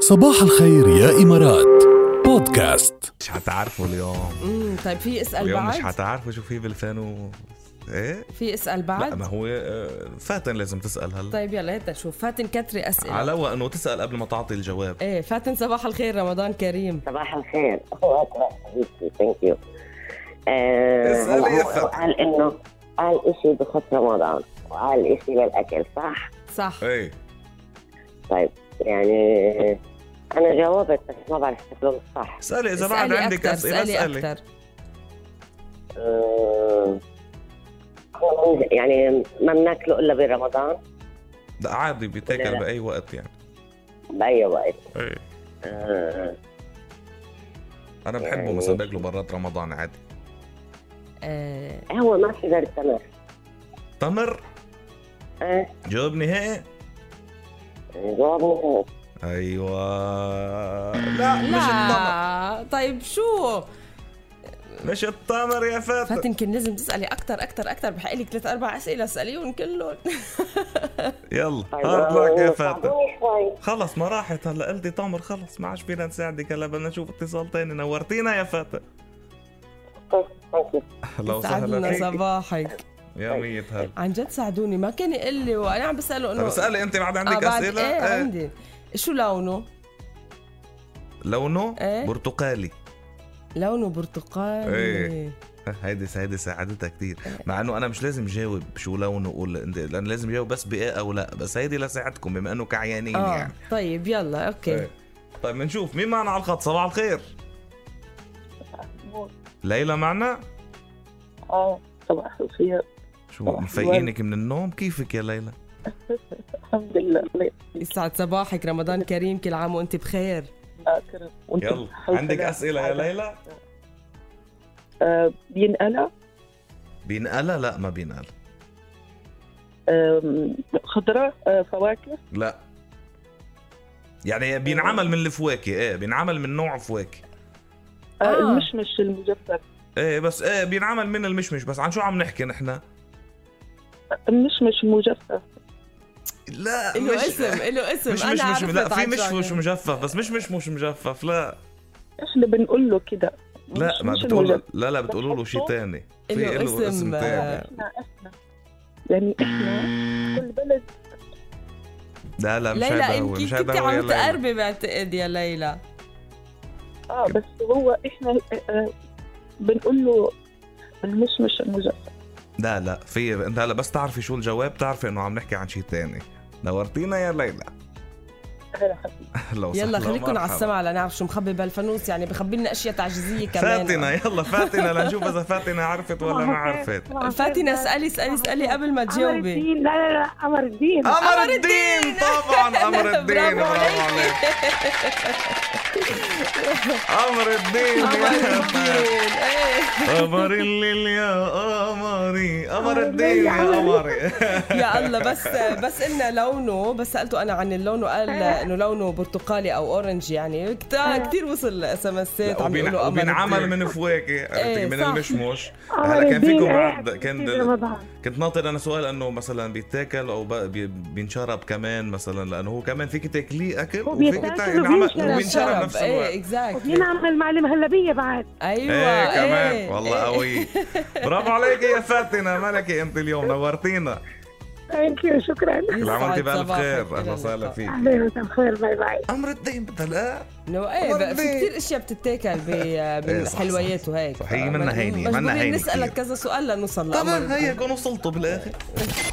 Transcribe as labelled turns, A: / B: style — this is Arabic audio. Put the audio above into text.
A: صباح الخير يا إمارات بودكاست
B: مش هتعرفوا اليوم
C: امم طيب في اسال
B: اليوم مش
C: بعد
B: هتعرفوا شو في بال و ايه
C: في اسال
B: لا ما
C: بعد
B: هو آه، فاتن لازم تسال هلا
C: طيب يلا هات شوف فاتن كتري اسئله
B: على انه تسال قبل ما تعطي الجواب
C: ايه فاتن صباح الخير رمضان كريم
D: صباح الخير الله أكبر حبيبتي ثانك يو آه،
B: اسألي
D: هلا
B: يا
D: هو-
B: فتى.
D: هو قال انه قال اشي بخط رمضان وقال اشي للاكل صح؟
C: صح
B: ايه
D: طيب يعني انا جاوبت بس ما بعرف شكله صح
B: اسالي اذا بعد
C: اسألي
B: عندك
C: أكتر،
B: اسئله
C: اسألي
B: اسالي
C: اكثر
D: آه، هو من- يعني ما بناكله الا برمضان
B: لا عادي
D: لا، إيه.
B: بيتاكل
D: لا.
B: باي وقت يعني
D: باي وقت
B: ايه
D: آه،
B: انا بحبه
D: يعني-
B: مثلا باكله برات رمضان عادي
C: آه،
D: هو ما في غير تمر
B: تمر
D: آه،
B: جواب نهائي
D: جاوبني هيك
B: ايوه أيوة. لا مش التمر
C: لا طيب شو
B: مش التمر يا فاتن
C: فاتن كان لازم تسالي اكثر اكثر اكثر بحق لك ثلاث اربع اسئله اساليهم كلهم
B: يلا
D: طيب
B: هارد لك يا
D: آه،
B: فاتن
D: صعبوني شوي
B: خلص ما راحت هلا قلتي تمر خلص ما عادش فينا نساعدك هلا بدنا نشوف اتصال تاني نورتينا يا فاتن
D: طيب، ثانك يو
B: هلا وسهلا
C: سعدنا
B: فيك
C: صباحك
B: إيه، يا مية هلا
C: عن جد ساعدوني ما كان يقول لي وانا عم بساله
B: طب
C: انه
B: اسألي انت بعد عندك إيه.
C: آه، بعد-
B: اسئلة؟
C: ايه عندي شو لونه؟
B: لونه
C: إيه.
B: برتقالي
C: لونه برتقالي
B: إيه. هيدي هيدي ساعدتها كثير
C: إيه.
B: مع انه انا مش لازم جاوب شو لونه قول انت انا لازم جاوب بس بايه او لا بس هيدي لساعتكم بما انه كعيانين
C: اه
B: يعني
C: طيب يلا اوكي
B: إيه. طيب بنشوف مين معنا على الخط صباح الخير ليلى معنا
E: اه صباح الخير
B: شو مفيقينك من النوم كيفك يا ليلى
E: الحمد لله الله
C: يسعد صباحك رمضان كريم كل عام وانت بخير
E: يكرم وانت
B: يلا
E: بصحة
B: عندك
E: وسلامة.
B: اسئله يا ليلى
E: آه بينقلى
B: بينقلى لا ما بينقلى
E: آم، خضرة آه فواكه
B: لا يعني بينعمل من الفواكه ايه بينعمل من نوع فواكه
E: آه
C: آه.
E: المشمش المجفف
B: ايه بس ايه بينعمل من المشمش بس عن شو عم نحكي نحن
E: المشمش المجفف
B: لا
C: له اسم له اسم
B: مش
C: انا
B: مش مش
C: عرفت
B: لا في
C: عن
B: مش
C: شو عم
B: مش
C: نحكي.
B: مجفف بس مش مش مش مجفف لا
E: ايش اللي بنقول له كده
B: لا
E: مش-
B: ما
E: مش
B: بتقول
E: المجفف.
B: لا لا بتقولوا له شيء تاني في
C: إله
B: له اسم
C: اسم، آه،
B: تاني
E: احنا احنا يعني احنا كل بلد
B: لا لا مش هيدا
C: ليلى
B: هو
C: انت
B: مش
C: كنت
B: هيدا هو يا
C: عم
B: ليلى
C: تقربي بعتقد يا ليلى
E: اه بس هو احنا آه آه بنقول له المشمش المجفف
B: لا لا في انت هلا بس تعرفي شو الجواب تعرفي انه عم نحكي عن شيء تاني نورتينا يا ليلى
E: هلا حبيبي
B: هلا وسهلا
C: يلا خليكم على
B: ومرحبا.
C: السمع لنعرف شو مخبي بهالفانوس يعني بخبي لنا اشياء تعجيزيه كمان
B: فاتنة يلا فاتنة لنشوف اذا فاتنة عرفت ولا ما عرفت
C: فاتنة اسالي اسالي اسالي قبل ما تجاوبي
F: لا لا لا قمر الدين
B: قمر الدين طبعا قمر الدين
C: برافو
B: برافو عليك
C: عليك.
B: قمر الدين
C: قمر
B: يا فاتنة.
C: الدين إيه.
B: قمر الليل يا قمري قمر الدين يا قمري
C: يا الله بس بس قلنا لونه بس سالته انا عن اللون وقال انه لونه برتقالي او اورنج يعني كتير كثير وصل اس ام اسات عم
B: وبين-
C: يقولوا قمر
B: وبينعمل
C: الدين.
B: من فواكه عرفتي
C: إيه،
B: من
C: صح.
B: المشمش
F: قمر
B: هلا كان
F: الدين
B: فيكم
F: إيه
B: بعد
F: حبيبتي
B: كان
F: برمضان
B: كنت ناطر انا سؤال انه مثلا بيتاكل او بقى بي- بينشرب كمان مثلا لانه هو كمان فيك تاكليه اكل وفيك
F: وبيتاكل
B: تاكل- نعمل-
F: وبينشرب.
B: وبينشرب نفس الوقت
C: ايه اكزاكتلي
F: بنعمل معلم هلبيه بعد
C: ايوه
B: ايه كمان
C: إيه،
B: والله
C: إيه.
B: قوي برافو عليك يا فاتنه ملكي انت اليوم نورتينا
F: ثانك يو شكرا
B: كل عام وانت
C: يسعد
B: بالف
C: صباحك.
B: خير
C: إلى
B: اهلا وسهلا
C: اللقاء.
B: فيك
F: اهلا وسهلا خير باي باي
B: امر الدين بتلاقى
C: انه ايه بقى في
B: مرضي.
C: كثير اشياء بتتاكل ب-
B: إيه،
C: بالحلويات وهيك
B: صح، هي منا هينة، منا
C: مجبورين
B: هينة
C: نسالك
B: كتير.
C: كذا سؤال لنوصل لأمر
B: طبعا هيك وصلتوا بالاخر